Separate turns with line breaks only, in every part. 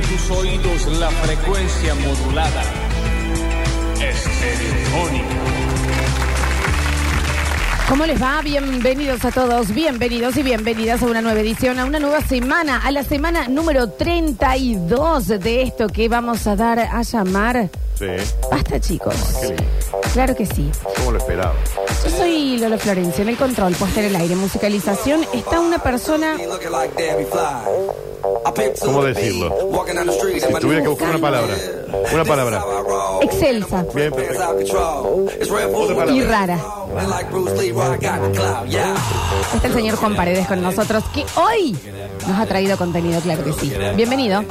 tus oídos la frecuencia modulada.
¿Cómo les va? Bienvenidos a todos, bienvenidos y bienvenidas a una nueva edición, a una nueva semana, a la semana número 32 de esto que vamos a dar a llamar
Sí,
Basta, chicos.
qué lindo.
Claro que sí.
¿Cómo lo esperaba?
Yo soy Lola Florencia, en el control, puesta en el aire, musicalización, está una persona...
¿Cómo decirlo? Si tuviera que buscar una palabra. Una palabra.
Excelsa.
Bien, Otra palabra.
Y rara. Está el señor Juan Paredes con nosotros, que hoy nos ha traído contenido, claro que sí. Bienvenido.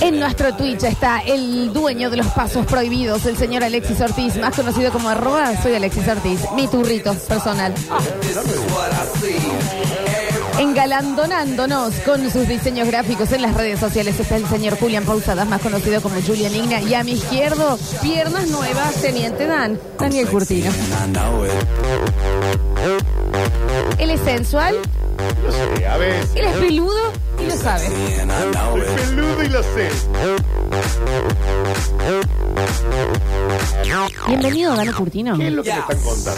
En nuestro Twitch está el dueño de los pasos prohibidos, el señor Alexis Ortiz, más conocido como arroba, soy Alexis Ortiz, mi turrito personal. Engalandonándonos con sus diseños gráficos en las redes sociales está el señor Julián Pausadas, más conocido como Julian Igna, y a mi izquierdo, piernas nuevas, Teniente Dan, Daniel Curtino. Él es sensual,
Yo sé, a ver.
él es peludo y lo sabe.
Soy peludo y lo sé.
Bienvenido, Dano Curtino.
¿Qué es lo que me están contando?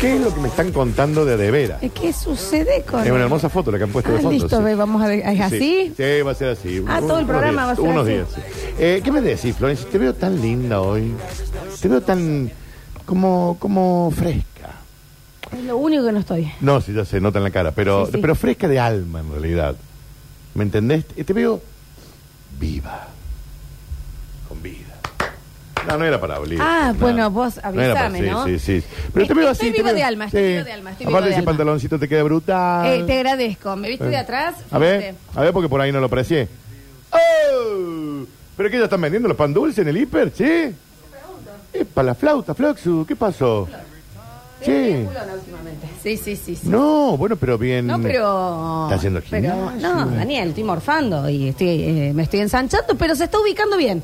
¿Qué es lo que me están contando de de veras?
¿Qué sucede con...?
Es una hermosa foto la que han puesto de
Ah,
fondo.
listo,
sí.
ve, vamos a... ¿Es así?
Sí, sí, va a ser así.
Ah, todo el
Unos
programa va a ser
Unos
así.
días, sí. Eh, ¿Qué me decís, Florencia? Te veo tan linda hoy. Te veo tan... como, como fresca.
Es lo único que no estoy.
No, sí, ya se nota en la cara, pero,
Sí, sí.
pero fresca de alma en realidad. ¿Me entendés? Te te veo viva, con vida. No, no era para abrir.
Ah,
nada.
bueno, vos
era para-
avísame, ¿no?
Sí, sí, sí. Pero te
Estoy-
veo así.
estoy
te
viva
veo-
de alma, estoy
sí.
viva de alma, estoy viva
Aparte
de
ese
alma.
pantaloncito te queda brutal. Eh.
Eh, te agradezco. ¿Me viste de atrás?
Ah. A ver,
Fíjate.
a ver, porque por ahí no lo aprecié. ¡Oh! ¿Pero qué ya están vendiendo los pan dulce en el hiper, sí? Para la flauta, Flaxu, ¿qué pasó? Sí.
Sí, sí, sí. sí.
No, bueno, pero bien.
No, pero.
Está haciendo
pero,
gimnasio.
No, Daniel, estoy morfando y estoy, eh, me estoy ensanchando, pero se está ubicando bien.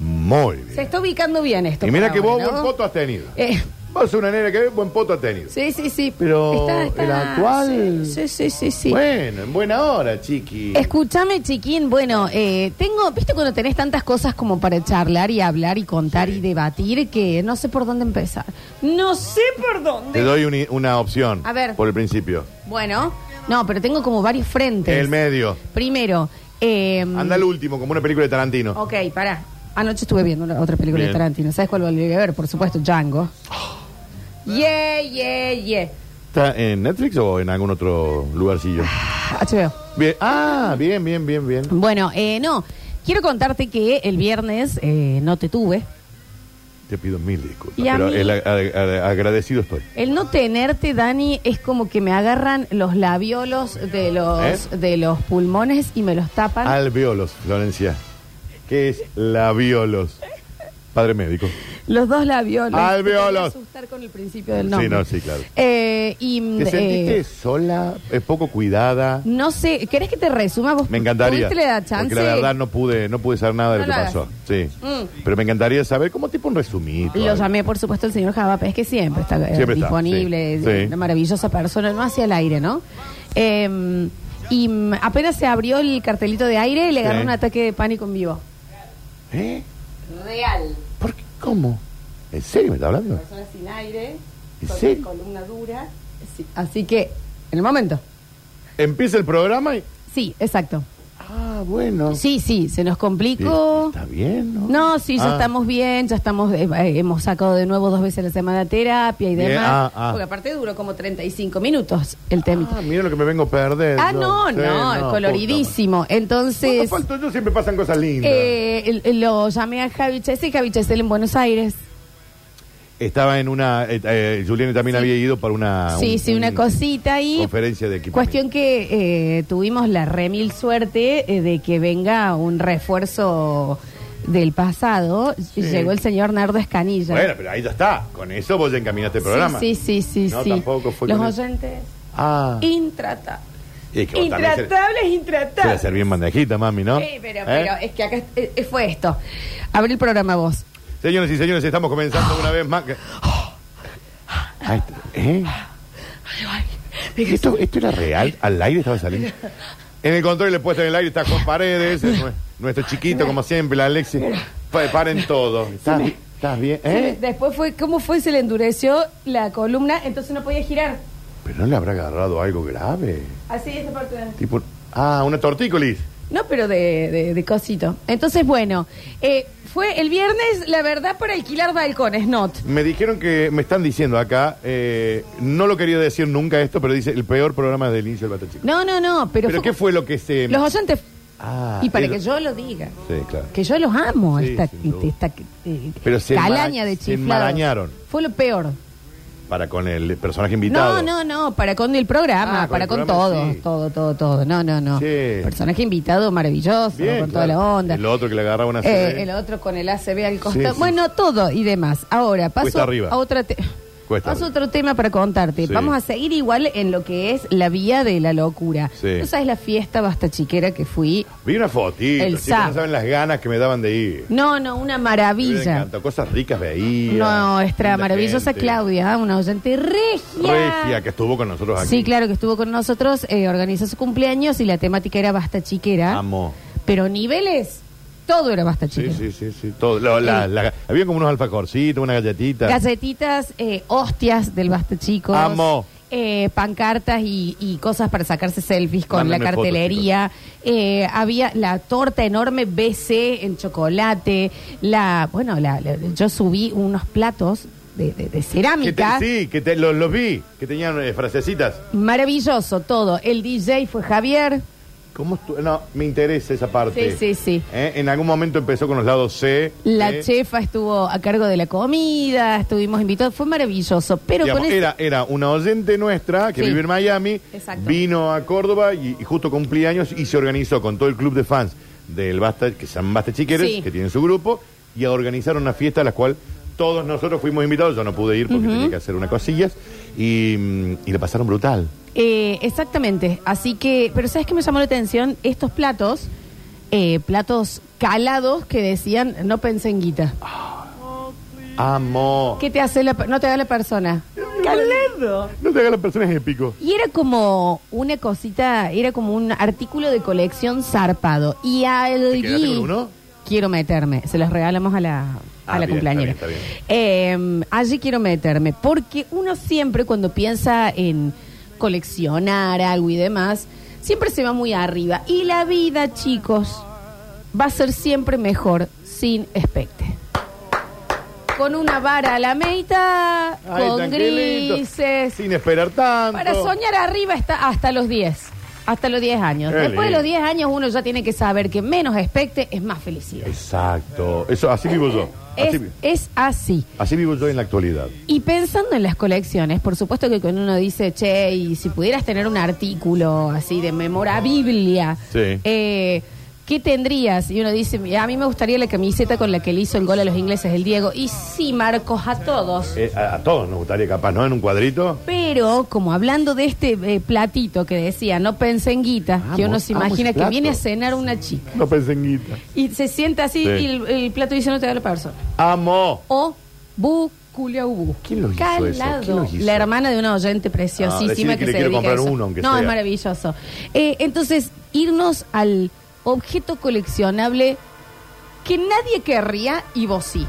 Muy
Se
bien.
está ubicando bien esto.
Y mira que
por
vos
ahora, ¿no?
buen poto has tenido.
Eh,
Vos sos una nena que buen poto has tenido.
sí, sí, sí.
Pero el actual-
Sí, sí, sí, sí.
Bueno, en buena hora, chiqui.
Escúchame, chiquín. Bueno, eh, tengo, viste cuando tenés tantas cosas como para charlar y hablar y contar y debatir que no sé por dónde empezar. No sé por dónde.
Te doy uni- una opción.
A ver.
Por el principio.
Bueno, no, pero tengo como varios frentes.
El medio.
Primero, eh,
Anda al último, como una película de Tarantino.
Ok, pará. Anoche estuve viendo una- otra película
Bien.
de Tarantino. ¿Sabes cuál volví a ver? Por supuesto, Django. Yeah, yeah, yeah.
¿Está en Netflix o en algún otro lugarcillo?
HBO.
Bien. Ah, bien, bien, bien, bien.
Bueno, eh, no. Quiero contarte que el viernes eh, no te tuve.
Te pido mil disculpas.
Y a
Pero
mí-
el a- a- a- agradecido estoy.
El no tenerte, Dani, es como que me agarran los labiolos de los,
¿Eh? Ah,
de los pulmones y me los tapan.
Alveolos, Florencia. ¿Qué es labiolos? Padre médico.
Los dos labiolos.
Ah, Alveolos.
Te voy a asustar con el principio del nombre.
Sí, no, sí, claro.
Eh, y,
¿Te
eh,
sentiste sola? eh, poco cuidada?
No sé, ¿querés que te resuma? ¿Vos
Me encantaría.
tuviste la chance?
Porque la verdad no pude, no pude saber nada de
No
lo que
lo
pasó.
hagas.
Sí.
Mm.
Pero me encantaría saber cómo tipo un resumido.
Lo
algo.
llamé, por supuesto, el señor Javapes, que siempre está eh,
Siempre está,
disponible,
sí,
eh,
sí.
una maravillosa persona, no hacia el aire, ¿no? Eh, y mm, apenas se abrió el cartelito de aire, le agarró
Sí.
un ataque de pánico en vivo.
¿Eh?
Real.
¿Por qué? ¿Cómo? ¿En serio me está hablando?
Persona sin aire,
¿En con serio?
columna dura. Así que, en el momento.
Empieza el programa y.
Sí, exacto.
Ah, bueno.
Sí, sí, se nos
Sí,
complicó.
Está bien, ¿no?
No, sí, ya
Ah,
estamos bien, ya estamos, eh, eh, hemos sacado de nuevo dos veces la semana terapia y
Bien,
demás.
ah, ah.
Porque aparte duró como 35 minutos el tema.
Ah, eh, mira lo que me vengo a perder.
Ah, no,
Sí,
no,
puta.
coloridísimo.
¿Cuánto
Entonces,
falto yo? Siempre pasan cosas lindas.
eh, el- el- lo llamé a Javi Chesel, Javi Chesel en Buenos Aires.
Estaba en una. Eh, eh, Juliana también
Sí.
había ido para una.
sí,
Ah, un-
sí, una
un-
cosita ahí.
Conferencia de equipo.
Cuestión que eh, tuvimos la remil suerte eh, de que venga un refuerzo del pasado. Llegó el señor Nardo Escanilla.
Bueno, pero ahí ya está. Con eso vos ya encaminaste el este programa.
Sí, sí, sí, sí.
No,
sí.
tampoco fue
Los
con eso.
oyentes,
Ah.
intratables.
Y que vos también se-
Intratables,
Se la
intratables.
serví en bandejita, mami, ¿no?
Sí, pero,
¿Eh?
pero es que acá eh, fue esto. Abre el programa vos.
Señoras y señores, estamos comenzando una vez más. que- Ahí está. ¿Eh?
Ay, ay.
¿Esto, ¿Esto era real? ¿Al aire estaba saliendo? En el control le puesta en el aire está Juan Paredes, el nue- nuestro chiquito, como siempre, la Alexis. Pa- Paren todo. ¿Estás, bi- estás bien? ¿Eh?
Después fue, ¿cómo fue? Se le endureció la columna, entonces no podía girar.
Pero no le habrá agarrado algo grave.
Así, esta parte. de-
Tipo, ah, una tortícolis.
No, pero de, de- de cosito. Entonces, bueno, eh, fue el viernes, la verdad, para alquilar balcones, not.
Me dijeron que, me están diciendo acá, eh, no lo quería decir nunca esto, pero dice el peor programa del inicio del Batachico.
No, no, no, pero,
¿Pero
fue-
qué fue lo que se...?
los oyentes...
Ah,
y para
el-
que yo lo diga,
Sí, claro.
que yo los amo,
Sí,
esta,
sin duda.
esta, eh,
Pero se
calaña
enmara-
de
se
chiflados.
enmarañaron.
Fue lo peor.
Para con el personaje invitado.
No, no, no, para con el programa,
Ah, con
para
el
con
programa,
todo,
sí.
todo, todo, todo. No, no, no.
Sí.
Personaje invitado maravilloso,
Bien,
con toda
claro.
la onda.
El otro que le agarraba una
Eh,
CD.
el otro con el ACB al costado.
Sí, sí.
Bueno, todo y demás. Ahora, paso
Cuesta arriba.
a otra te-
Cuesta
paso a
arriba.
otro tema para contarte.
Sí.
Vamos a seguir igual en lo que es la vía de la locura.
Sí.
Tú sabes la fiesta basta chiquera que fui.
Vi una fotito,
El
chicos, no
sábado.
saben las ganas que me daban de ir.
No, no, una
Me
maravilla.
encantó, cosas ricas veía.
Nuestra
linda
maravillosa
gente.
Claudia, una oyente regia.
Regia, que estuvo con nosotros aquí.
Sí, claro, que estuvo con nosotros, eh, organizó su cumpleaños y la temática era basta chiquera.
Amo.
Pero niveles, todo era basta
Sí,
chiquera.
sí, sí, sí. Todo, la- la-
Sí.
la- había como unos alfajorcitos, una galletita.
Galletitas, eh, hostias del Basta Chicos.
Amo.
eh, pancartas y, y cosas para sacarse selfies con
Mándenme
la
fotos,
cartelería. Eh, había la torta enorme BC en chocolate. La, bueno, la, la- yo subí unos platos de, de- de
Que te-
cerámica.
sí, que te- los, los vi, que tenían eh, frasecitas.
Maravilloso todo. El DJ fue Javier.
¿Cómo estu- No, me interesa esa parte.
Sí, sí, sí.
Eh, En algún momento empezó con los lados C.
La
eh,
chefa estuvo a cargo de la comida, estuvimos invitados, fue maravilloso. Pero
digamos,
con ese-
era, era una oyente nuestra que
Sí.
vive en Miami,
Exacto.
vino a Córdoba y, y justo cumplía años y se organizó con todo el club de fans del Basta, que son Basta Chiqueres,
Sí.
que tienen su grupo, y a organizar una fiesta a la cual todos nosotros fuimos invitados. Yo no pude ir porque tenía que hacer unas cosillas y, mm, y la pasaron brutal.
Eh, exactamente. Así que, pero ¿sabes qué me llamó la atención? Estos platos, eh, platos calados que decían, no pensé en guita.
Ah. Amo.
¿Qué te hace la, pe- no te da la persona? ¡Calado!
No te hagas las personas épico.
Y era como una cosita, era como un artículo de colección zarpado. Y al
¿Te quedaste con uno?
Quiero meterme. Se los regalamos a la, a
Ah,
la
bien,
cumpleañera.
está bien,
Eh, allí quiero meterme. Porque uno siempre, cuando piensa en coleccionar algo y demás, siempre se va muy arriba. Y la vida, chicos, va a ser siempre mejor sin especte. Con una vara a la meita,
Ay,
con
tranquilito,
grises.
Sin esperar tanto.
Para soñar arriba está hasta los 10. Hasta los 10 años.
Qué
Después de
lindo.
los 10 años uno ya tiene que saber que menos expecte es más felicidad.
Exacto. Eso, así vivo yo. Así,
Es,
vi-
es así.
así vivo yo en la actualidad.
Y pensando en las colecciones, por supuesto que cuando uno dice, che, y si pudieras tener un artículo así de memorabilia,
Sí.
eh, ¿qué tendrías? Y uno dice, "Mira, a mí me gustaría la camiseta con la que le hizo el gol a los ingleses el Diego. Y sí, Marcos, a todos.
Eh, a, a todos nos gustaría, capaz, ¿no? En un cuadrito.
Pero, como hablando de este eh, platito que decía, no pensé en guita,
Amo,
que uno se
amo
imagina
ese
que
plato.
viene a cenar una chica
No pensenguita.
y se sienta así
Sí.
y el, el plato dice no te da la persona.
Amo.
O bu culia ubu.
¿Quién los hizo
Calado.
eso? ¿Quién los hizo?
La hermana de una oyente
Ah,
preciosísima
decirle
que,
que le
se
quiero
dedica a
comprar
eso.
uno, aunque
no,
sea.
es maravilloso. Eh, entonces, irnos al objeto coleccionable que nadie querría y vos sí.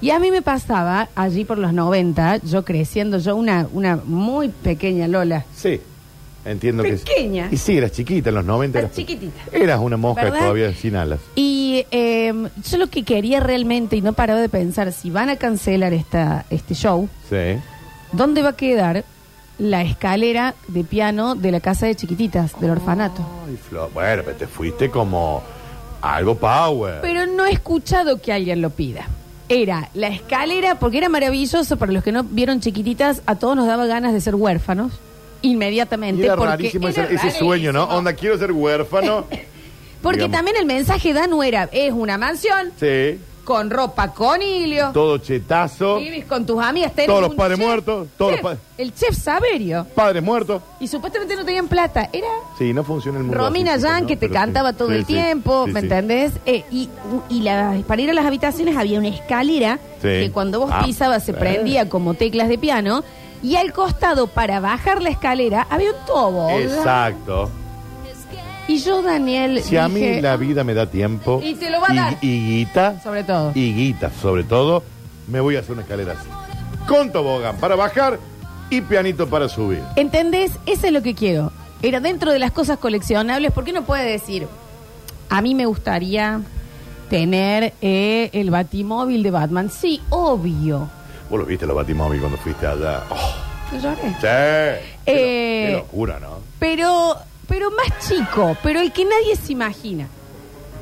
Y a mí me pasaba, allí por los 90, yo creciendo, yo una, una muy pequeña Lola.
Sí. Entiendo que que
Pequeña.
Y sí, eras chiquita en los 90.
Eras
eras
chiquitita.
Eras una mosca
¿Verdad?
todavía sin alas.
Y eh, yo lo que quería realmente, y no paraba de pensar, si van a cancelar esta, este show,
Sí.
¿dónde va a quedar la escalera de piano de la casa de chiquititas, del orfanato?
Ay, Flor. Bueno, pero te fuiste como algo power.
Pero no he escuchado que alguien lo pida. Era la escalera, porque era maravilloso, para los que no vieron chiquititas, a todos nos daba ganas de ser huérfanos
Y
inmediatamente.
era
porque
rarísimo ese,
era
ese sueño, ¿no?
rarísimo.
Onda, quiero ser huérfano.
Porque
digamos.
también el mensaje Danu era, es una mansión
sí.
con ropa con hilio.
Todo chetazo.
Vivís con tus amigas, tenés
Todos los
un
padres
chef.
muertos, todos los
Chef,
padres.
El chef Saberio.
Padres muertos.
Y supuestamente no tenían plata. Era
Sí, no funciona el mundo.
Romina
así, chicos,
Yan
¿no?
que te
Pero sí.
cantaba todo
Sí,
el
sí,
tiempo,
sí,
¿me
sí.
entendés? Eh, y y la- para ir a las habitaciones había una escalera
Sí.
que cuando vos
Ah,
pisabas se
eh.
prendía como teclas de piano. Y al costado, para bajar la escalera, había un tobo.
Exacto.
Y yo, Daniel,
Si a mí
dije, "Ah".
la vida me da tiempo.
Y te lo va a
y-
dar.
Y guita.
Sobre todo.
Y guita, sobre todo. Me voy a hacer una escalera así. Con tobogán para bajar y pianito para subir.
¿Entendés? Eso es lo que quiero. Era dentro de las cosas coleccionables, ¿por qué no puede decir? A mí me gustaría tener eh, el batimóvil de Batman. Sí, obvio.
Vos lo viste los batimóvil cuando fuiste allá. Oh,
Yo lloré.
sí. Qué lo-
Eh.
qué locura, ¿no?
Pero, pero más chico, pero el que nadie se imagina.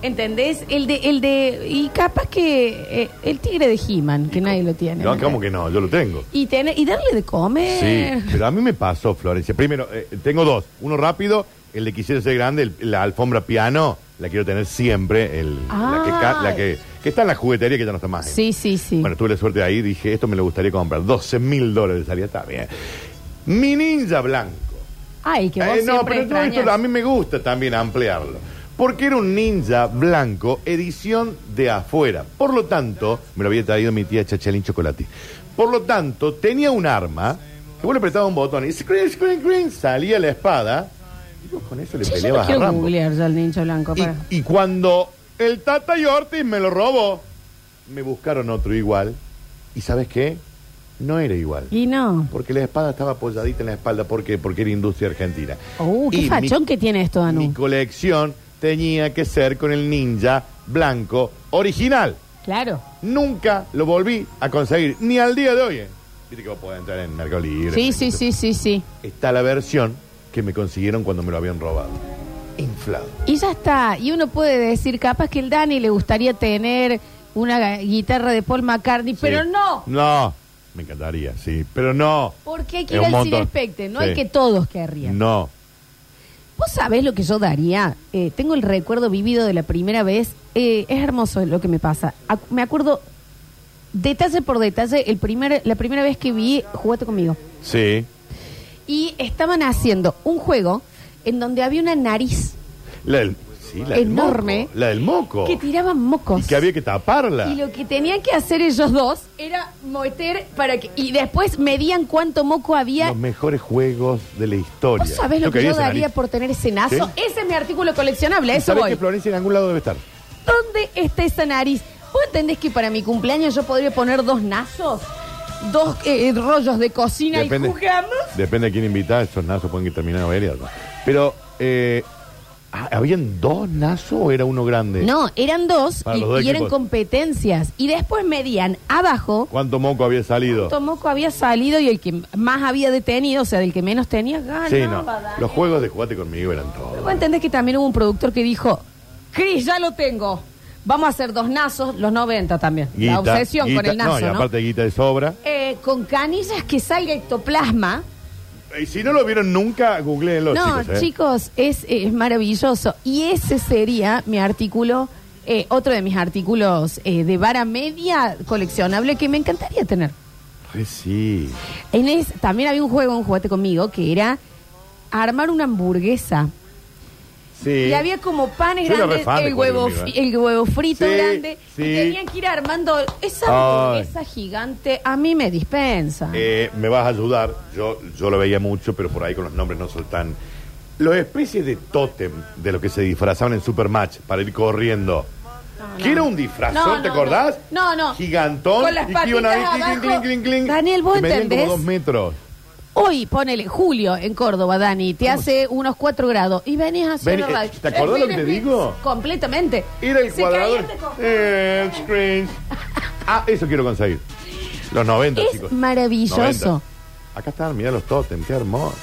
¿Entendés? El de, el de, y capaz que eh, el tigre de He-Man, que nadie lo tiene.
No, ¿cómo que no? Yo lo tengo.
Y, tener, y darle de
Sí,
comer.
pero a mí me pasó, Florencia. Primero, eh, tengo dos. Uno rápido, el de quisiera ser grande, el- la alfombra piano, la quiero tener siempre. el- la, que, ca- la que, que está en la juguetería que ya no está más.
Sí, sí, sí.
Bueno, tuve la suerte de ahí, dije, esto me lo gustaría comprar. 12 mil dólares salía, está bien. Mi ninja blanco.
Ay, que vos
Eh, no,
siempre
pero yo esto
extrañas.
a mí me gusta también ampliarlo. Porque era un ninja blanco, edición de afuera. Por lo tanto, me lo había traído mi tía Chachelín Chocolati. Por lo tanto, tenía un arma que vos le apretabas un botón y screen, screen, screen, salía la espada. Y vos con eso le
Che, yo no
peleabas a
quiero
Rambo.
googlear ya el ninja blanco. para-
Y, y cuando el Tata y Ortiz me lo robó, me buscaron otro igual. ¿Y sabes qué? No era igual.
Y no.
Porque la espada estaba apoyadita en la espalda. ¿Por qué? Porque era industria argentina.
Uh, qué
Y mi-
fachón que tiene esto,
Mi
Danu.
colección tenía que ser con el ninja blanco original.
Claro.
Nunca lo volví a conseguir, ni al día de hoy. ¿eh? Viste que vos podés entrar en Mercado Libre.
Sí,
en-
sí, sí, sí, sí.
Está la versión que me consiguieron cuando me lo habían robado. Inflado.
Y ya está. Y uno puede decir, capaz que el Dani le gustaría tener una ga- guitarra de Paul McCartney, pero
Sí.
no.
No, me encantaría, sí, pero no.
Porque hay que ir
Es un
al
montón.
cine especte, no
Sí.
hay que todos querrían.
No.
¿Vos sabés lo que yo daría? Eh, tengo el recuerdo vivido de la primera vez. Eh, es hermoso lo que me pasa. Ac- me acuerdo detalle por detalle el primer, la primera vez que vi Jugate conmigo.
Sí.
Y estaban haciendo un juego en donde había una nariz
La del, sí, la del
Enorme.
moco, la del moco.
que tiraban mocos.
Oh. y que había que taparla.
Y lo que tenían que hacer ellos dos era meter para que. Y después medían cuánto moco había.
Los mejores juegos de la historia.
¿Vos sabés lo que
quería
yo
esa
daría
nariz.
por tener ese nazo?
¿Sí?
Ese es mi artículo coleccionable, a
¿Y
eso
sabés
voy.
que Florencia en algún lado debe estar?
¿Dónde está esa nariz? ¿Vos entendés que para mi cumpleaños yo podría poner dos nazos? Dos eh, rollos de cocina y jugamos.
Depende de quién invita, esos nazos pueden que terminar averiados. Pero, eh, ah, ¿habían dos nazos o era uno grande?
No, eran dos
Para
y,
los dos
y eran
equipos.
competencias. Y después medían abajo
¿Cuánto moco había salido?
cuánto moco había salido y el que más había detenido, o sea, del que menos tenía, ganaba.
sí, no.
Dani.
Los juegos de jugate conmigo eran
Luego
todos.
entendés que también hubo un productor que dijo, Cris, ya lo tengo. Vamos a hacer dos nazos, los 90 también.
Guita,
la obsesión con
guita-
el nazo,
No, y
¿no?
aparte guita de sobra.
Eh, con canillas que salga ectoplasma.
Y si no lo vieron nunca, googleenlo.
no,
chicos, ¿eh?
chicos, es, es maravilloso. Y ese sería mi artículo, eh, otro de mis artículos eh, de vara media coleccionable que me encantaría tener.
Re sí.
En es, también había un juego, un juguete conmigo, que era armar una hamburguesa.
Sí.
Y había como panes
Yo era re
grandes,
fan de
el
Juego
huevo,
Conmigo,
fri-
¿eh?
el huevo frito
Sí,
grande.
sí.
Y tenían que ir armando esa
Ay.
hamburguesa gigante. A mí me dispensa.
Eh, me vas a ayudar. Yo, yo lo veía mucho, pero por ahí con los nombres no soy tan. Los especies de tótem de lo que se disfrazaban en Supermatch para ir corriendo. Que era un disfrazón,
No, no,
¿te acordás?
No, no.
Gigantón.
Con las
y que iban ahí,
patitas
clink,
abajo.
clink, clink, clink.
Daniel, ¿vos
Que medían
entendés?
como dos metros.
Hoy, ponele, Julio, en Córdoba, Dani, te hace unos 4 grados. Y venís a hacer
Vení,
una
eh,
radio.
¿te acordás lo que te digo?
Completamente.
Era el
Se
cuadrado.
caían de co-
Eh, screen. Ah, eso quiero conseguir. Los 90,
Es
chicos.
maravilloso.
90. Acá están, mirá los tótem, qué hermoso.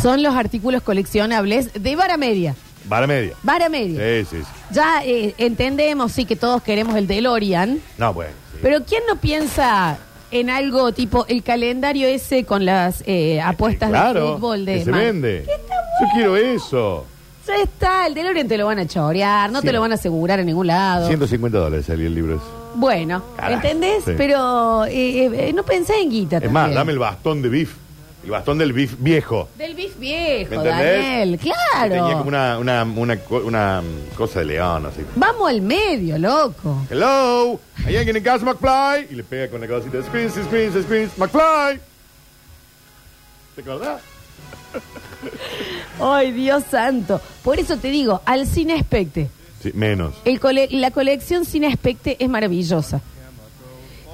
Son los artículos coleccionables de vara media.
Vara media.
Vara media.
Sí, sí, sí.
Ya eh, entendemos, sí, que todos queremos el DeLorean.
No, bueno. sí.
Pero ¿quién no piensa en algo tipo el calendario ese con las eh, apuestas de
claro,
fútbol de
que se
man-
vende. Yo quiero eso.
Ya está, el DeLorean te lo van a chorear, no
Sí.
te lo van a asegurar en ningún lado.
150 dólares salió el libro ese.
Bueno,
Carajo,
¿entendés?
sí.
Pero eh, eh, eh, no pensé en guita
Es más, dame el bastón de beef. El bastón del beef viejo.
Del bif
¿Me
viejo,
entendés?
Daniel,
Que Tenía
claro.
como una, una, una co- una, mm, cosa de león, así.
Vamos al medio, loco.
Hello, ¿hay alguien en casa, McFly? Y le pega con la cosita, spins, spins, spins, McFly. ¿Te acordás?
Ay, Dios santo. Por eso te digo, al cine especte.
Sí, menos.
El cole- la colección sin aspecto es maravillosa.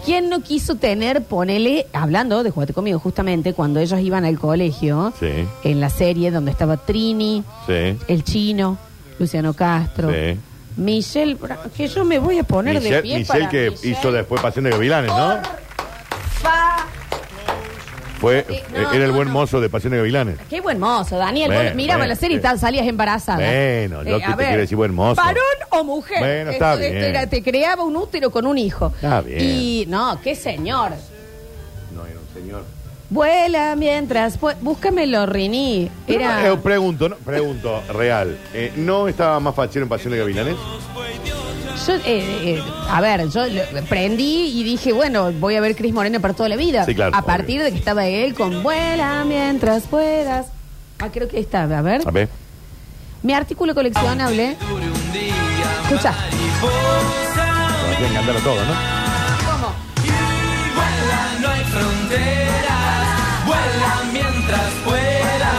¿Quién no quiso tener, ponele, hablando de Jugate conmigo, justamente cuando ellos iban al colegio,
Sí.
en la serie donde estaba Trini,
Sí.
el chino, Luciano Castro,
Sí.
Michelle, Bra- que yo me voy a poner de
Michelle,
pie
Michelle
para
que
Michelle.
hizo después Pasión de Gavilanes, ¿no?
Fa-
Fue,
Sí,
eh,
no,
era el
no,
buen
no.
mozo de Pasión de Gavilanes.
Qué buen mozo, Daniel. Vos
Bueno,
miraba
bueno,
la serie y
sí.
tal, salías embarazada. Eh,
Bueno, yo que
a
te quiero decir buen mozo.
¿Varón o mujer?
Bueno, está
Esto- esto
bien.
era- te creaba un útero con un hijo.
Está bien.
Y no, qué señor.
No, era un señor.
Vuela mientras. pu- Búscamelo, Rini. Era.
Yo Eh, pregunto, no, pregunto, real. eh, ¿No estaba más fachero en Pasión de Gavilanes?
Yo, eh, eh, a ver, yo lo- prendí y dije, bueno, voy a ver Cris Moreno para toda la vida.
Sí, claro,
A
obvio.
partir de que estaba él con Vuela mientras puedas. Ah, creo que ahí está. A ver.
A ver.
Mi artículo coleccionable. Escucha.
Nos tienen que cantar a todos, ¿no?
¿Cómo?
Vuela, no hay fronteras. Vuela mientras puedas.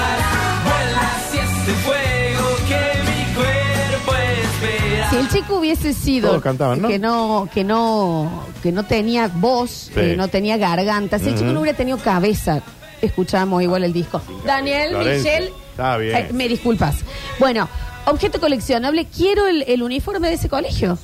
Vuela si ese fuego que mi cuerpo espera.
Si el chico hubiese sido
Todos cantaban, ¿no?
que no que no que no tenía voz, que no tenía garganta, si el chico no hubiera tenido cabeza, escuchamos igual el disco. Daniel,
Florencia.
Michelle,
Está bien.
eh, me disculpas. Bueno, objeto coleccionable, quiero el, el uniforme de ese colegio.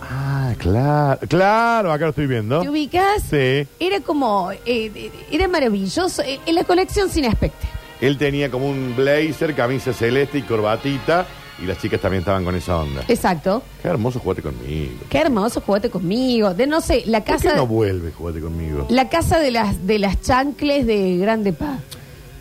Ah, claro. Claro, acá lo estoy viendo.
¿Te ubicas?
Sí.
Era como eh, era maravilloso eh, en la colección sin aspecto.
Él tenía como un blazer, camisa celeste y corbatita. Y las chicas también estaban con esa onda.
Exacto.
Qué hermoso jugate conmigo.
Qué hermoso, jugate conmigo. De no sé, la
¿Por
casa
qué no vuelve jugate conmigo?
La casa de las, de las chancles de Grande Paz.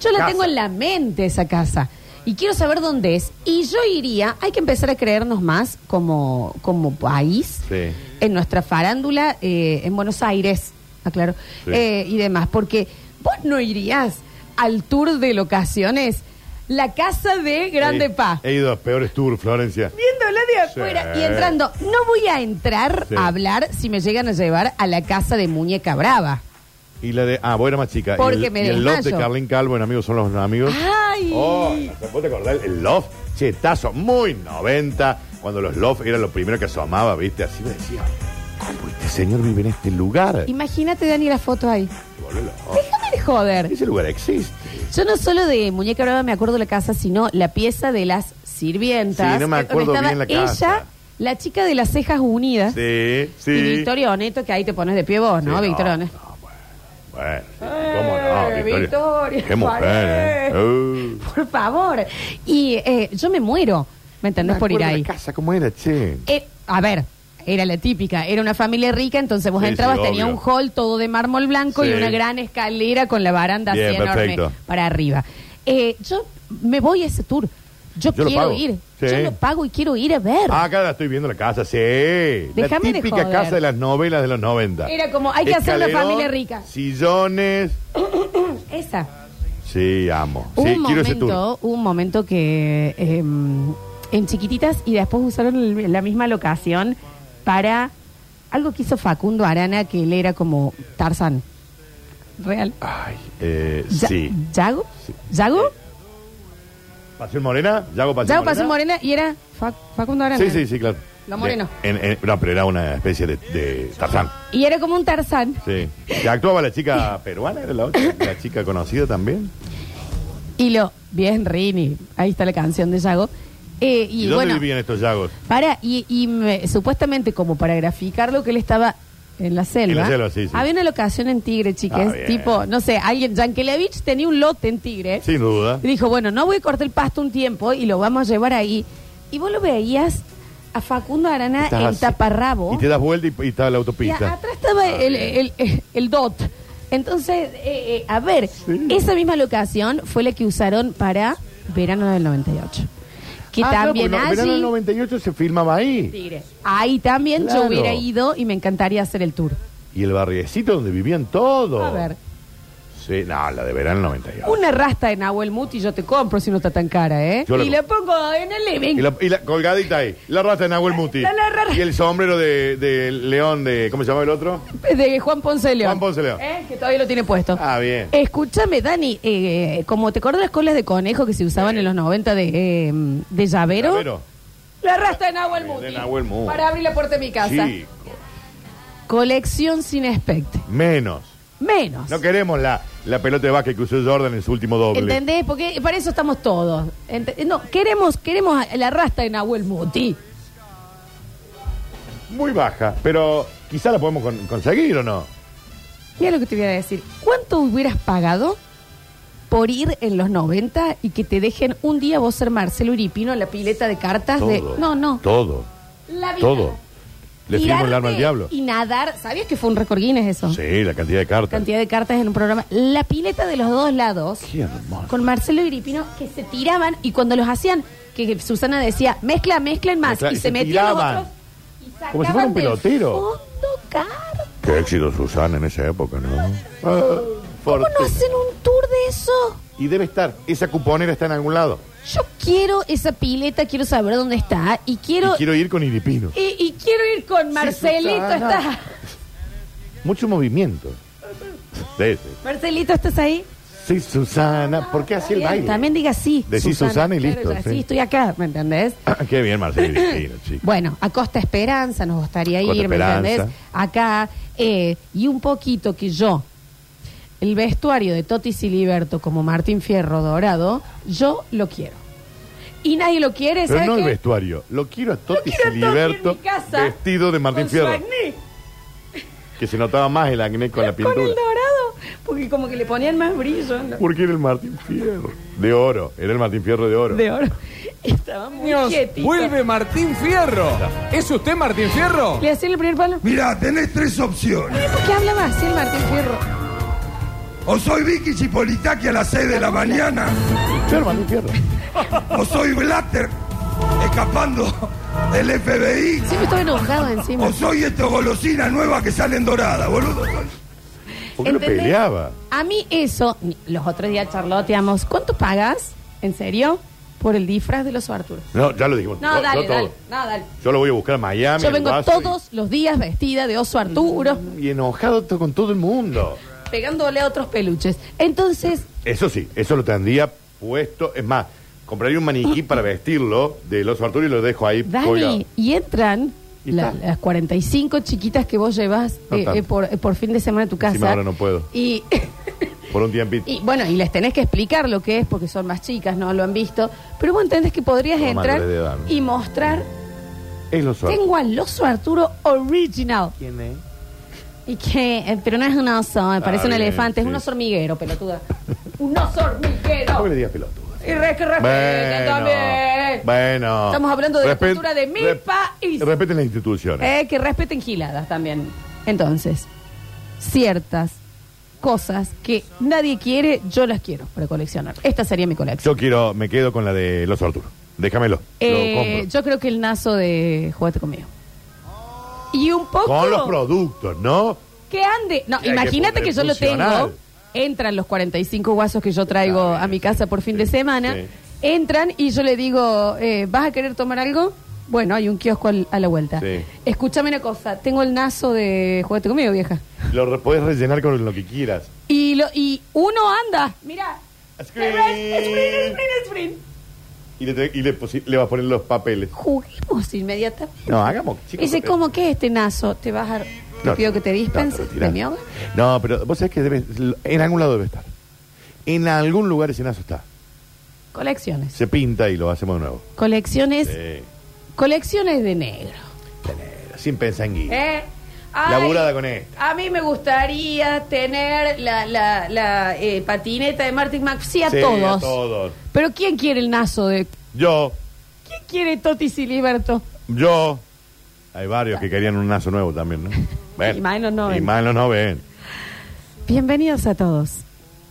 Yo la
Casa.
tengo en la mente esa casa. Y quiero saber dónde es. Y yo iría, hay que empezar a creernos más como, como país,
Sí.
en nuestra farándula, eh, en Buenos Aires, aclaro,
Sí.
eh, y demás. Porque vos no irías al tour de locaciones, la casa de Grande
He-
Paz
Eh, He ido a peores tours, Florencia.
viéndola de afuera
Sí.
y entrando. No voy a entrar
Sí.
a hablar si me llegan a llevar a la casa de Muñeca Brava.
Y la de. Ah, vos eras más chica.
Porque
y el,
me
y el loft de
desmayo.
Carlin Calvo en Amigos son los amigos.
¡Ay!
Oh, ¿vos te acordás? El loft, chetazo, muy 90. Cuando los loft era lo primero que asomaba, ¿viste? Así me decía, ¿cómo este señor vive en este lugar? Y
Imagínate, Dani, la foto ahí.
volvé loco.
Déjame de joder.
Ese lugar existe.
Yo no solo de Muñeca Brava me acuerdo la casa, sino la pieza de las sirvientas.
Sí, no me
eh, donde
acuerdo
estaba
bien la casa.
Ella, la chica de las cejas unidas.
Sí, sí.
Y Victoria Oneto, que ahí te pones de pie vos, ¿no,
Sí,
Victoria Oneto?
no, bueno, bueno, sí, ¿cómo no?
Eh,
Victoria.
Victoria,
Qué mujer, ¿eh?
paré.
Uh.
Por favor. Y eh, yo me muero, ¿me entendés?
Me
Por ir
acuerdo
ahí.
La casa, ¿cómo era, che?
Eh, a ver, era la típica, era una familia rica, entonces vos
Sí, sí,
entrabas, tenía
obvio.
un hall todo de mármol blanco y
Sí.
una gran escalera con la baranda
Bien,
así enorme
perfecto.
para arriba. Eh, yo me voy a ese tour. Yo,
Yo lo
quiero
pago.
ir.
Sí.
Yo lo pago y quiero ir a ver.
Ah, acá la estoy viendo la casa, sí. la
Déjame de
típica
joder.
casa de las novelas de los 90.
Era como, hay que hacer una
Escalerón,
familia rica.
Sillones.
Esa.
Sí, amo.
Hubo
sí,
un
quiero ese tour.
momento, hubo un momento que eh, en chiquititas y después usaron el- la misma locación para algo que hizo Facundo Arana, que él era como Tarzán. Real.
Ay, eh,
Ya-
sí.
¿Yago?
Sí.
¿Yago?
¿Pasión Morena? ¿Yago Pasión
Yago
Morena?
Pasión Morena y era Fac- Facundo Arana.
Sí, sí, sí, claro.
Lo moreno.
De- en- en- no, pero era una especie de, de Tarzán.
Y era como un Tarzán.
Sí. ¿Que actuaba la chica peruana? ¿Era la otra? ¿La chica conocida también?
Y lo, bien Rini, ahí está la canción de Yago. Eh, y,
¿Y, dónde
bueno,
vivían estos Yagos?
para, y, y me- supuestamente como para graficar lo que él estaba en la selva.
En la selva, sí, sí.
Había una locación en Tigre, chicas.
Ah, bien.
tipo, no sé, alguien, Yankelevich tenía un lote en Tigre.
Sin duda.
Y dijo, bueno, no voy a cortar el pasto un tiempo y lo vamos a llevar ahí. Y vos lo veías a Facundo Arana
Estás
en
así.
taparrabo.
Y te das vuelta y, y está la autopista.
Y a- atrás estaba
Ah,
el,
bien.
el- el- el DOT. Entonces, eh, eh, a ver, esa misma locación fue la que usaron para verano del 98. Que
Ah, claro,
también
porque no-
allí-
verano del 98 se filmaba ahí.
Tigre. Ahí también yo
Claro.
hubiera ido y me encantaría hacer el tour.
Oh. Y el barriecito donde vivían todos.
A ver.
Sí, no, la de verano 92.
Una rasta de Nahuel Muti yo te compro si no está tan cara, ¿eh?
Yo la
y la pongo en el living.
Y la, y la colgadita ahí, la rata de Nahuel Muti.
La- la rata.
Y el sombrero de, de León de. ¿Cómo se llama el otro?
De Juan Ponce de León.
Juan Ponce de León.
¿Eh? Que todavía lo tiene puesto.
Ah, bien.
Escúchame, Dani, eh, como te acordás las colas de conejo que se usaban en los 90 de, eh, de llavero,
Llavero.
la rasta de Nahuel
De
Muti.
Nahuel Muti.
Para abrir la puerta de mi casa.
Chico,
Colección sin expecte.
menos.
Menos.
No queremos la, la pelota de básquet que usó Jordan en su último doble.
¿Entendés? Porque para eso estamos todos. Ent- No, queremos, queremos la rasta de Nahuel Muti.
Muy baja, pero quizá la podemos con- conseguir o no.
Mira lo que te voy a decir. ¿Cuánto hubieras pagado por ir en los 90 y que te dejen un día vos ser Marcelo Uripino en la pileta de cartas de.
Todo.
Ah, No, no.
Todo.
La vida.
Todo. Le firmo el arma al
Tirarte
diablo.
Y nadar. ¿Sabías que fue un récord Guinness eso?
Sí, la cantidad de cartas.
Cantidad de cartas en un programa. La pileta de los dos lados.
Qué hermoso.
Con Marcelo Iripino que se tiraban y cuando los hacían, que, que Susana decía, mezcla, mezclan más.
Mezcla-
y
y
se,
se
metían los
tiraban.
otros. Y sacaban
Como si fuera un
del
pelotero.
Fondo cartas.
Qué éxito Susana en esa época, ¿no? Ah,
¿Cómo no
fortuna.
hacen un tour de eso?
Y debe estar. Esa cuponera está en algún lado.
Yo quiero esa pileta, quiero saber dónde está y quiero
Y quiero ir con Iripino.
y, y quiero ir con Marcelito.
Susana.
¿Estás?
Mucho movimiento. Sí, sí.
Marcelito, ¿estás ahí?
Sí, Susana. ¿Por qué hacía el
Bien,
baile?
También diga sí.
Decís Susana y
Claro,
listo,
ya,
sí.
sí, estoy acá, ¿me entendés?
Ah, Qué bien, Marcelo Iripino, chico.
Bueno, a Costa Esperanza nos gustaría
Costa
ir, ¿me
Esperanza.
entendés? Acá, eh, y un poquito que yo, el vestuario de Toti Siliberto como Martín Fierro Dorado, yo lo quiero. Y nadie lo quiere,
Pero
¿sabes
no el
qué?
vestuario. Lo quiero a
Lo
Toti
quiero a Toti en
Siliberto
mi casa,
vestido de Martín
con su
Fierro.
acné.
Que se notaba más el acné con la
Con el
pintura.
dorado, porque como que le ponían más brillo ¿no?
Porque era el Martín Fierro. De oro. Era el Martín Fierro de oro.
de oro. Y estaba muy
Niños,
quietito.
Vuelve Martín Fierro. ¿Es usted Martín Fierro?
Le hacían el primer palo.
Mirá, tenés tres opciones.
¿Por qué hablaba así el Martín Fierro?
O soy Vicky Chipolitaki a las 6 de la mañana,
Claro, Martín Fierro.
o soy Blatter escapando del FBI,
Siempre estaba enojado encima.
o soy estos golosinas nuevas que salen doradas, boludo.
¿Por qué lo
¿Entendés?
peleaba?
A mí eso, los otros días charloteamos, ¿cuánto pagas? ¿En serio? Por el disfraz de los Arturo.
No, ya lo dijimos.
No,
Yo- yo
dale,
todo.
dale, no, dale.
Yo lo voy a buscar a Miami.
Yo
al
vengo
vaso
todos los días vestida de oso Arturo,
Y, y enojado to- con todo el mundo.
pegándole a otros peluches. Entonces,
Eso sí, eso lo tendría puesto. Es más, compraría un maniquí para vestirlo de los Arturo y lo dejo ahí
Dani,
colgado.
y entran
Y
la-
está.
las 45 chiquitas que vos llevas
No
eh,
tanto.
eh, por, eh, por fin de semana a tu casa.
Encima ahora no puedo.
Y,
Por un tiempito.
y bueno, y les tenés que explicar lo que es porque son más chicas, no lo han visto. Pero vos entendés que podrías
Son
entrar
mayores de edad, ¿no?
y mostrar.
Es los Arturo.
Tengo al oso Arturo original.
¿Quién es? Ah,
Y que, eh, pero no es un oso, me parece un
bien,
elefante, es
sí.
un oso hormiguero, pelotuda. un oso hormiguero.
¿Cómo le digas pelotudo?
Y re que respeten también.
bueno.
Estamos hablando de la
Respet-
cultura de mi
rep-
país.
Respeten las instituciones.
Eh, que respeten giladas también. Entonces, ciertas cosas que nadie quiere, yo las quiero para coleccionar. Esta sería mi colección.
Yo quiero, me quedo con la de los Arturo. Déjamelo.
Eh,
lo compro.
yo creo que el nazo de Jugate conmigo. Y un poco
Con los productos, ¿no?
que ande. No,
Hay que
imagínate que,
poner
yo lo
funcional.
tengo. Entran los 45 guasos que yo traigo
Está bien,
a mi casa por fin de
sí,
semana.
sí.
Entran y yo le digo, eh, ¿vas a querer tomar algo? Bueno, hay un kiosco al- a la vuelta.
Sí.
Escúchame una cosa, tengo el nazo de Jugate conmigo, vieja.
Lo re- podés rellenar con lo que quieras.
Y, lo, y uno anda. Mira.
Screen.
Sprint, sprint, sprint.
Y le, te- y le posi- le vas a poner los papeles.
Juguemos inmediatamente.
No, hagamos, chicos.
Dice,
papeles.
¿cómo que es este nazo? Te vas a...
No,
te pido que te
no,
dispenses
retirá.
de mi hogar.
No, pero vos sabés que debe, en algún lado debe estar. En algún lugar ese nazo está.
Colecciones.
Se pinta y lo hacemos de nuevo.
Colecciones.
Sí.
Colecciones de negro.
Tener, Sin pensar en guita.
¿Eh?
Laburada con esta.
A mí me gustaría tener la, la, la eh, patineta de Martin McFly. Sí, a
Sí, a
todos.
todos.
Pero ¿quién quiere el nazo de...
Yo,
¿Quién quiere Toti Siliberto?
yo. Hay varios que querían un nazo nuevo también, ¿no? Ven.
Y más en los 90.
Y más en los 90.
Bienvenidos a todos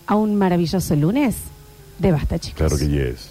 a un maravilloso lunes de Basta, chicos.
Claro que yes.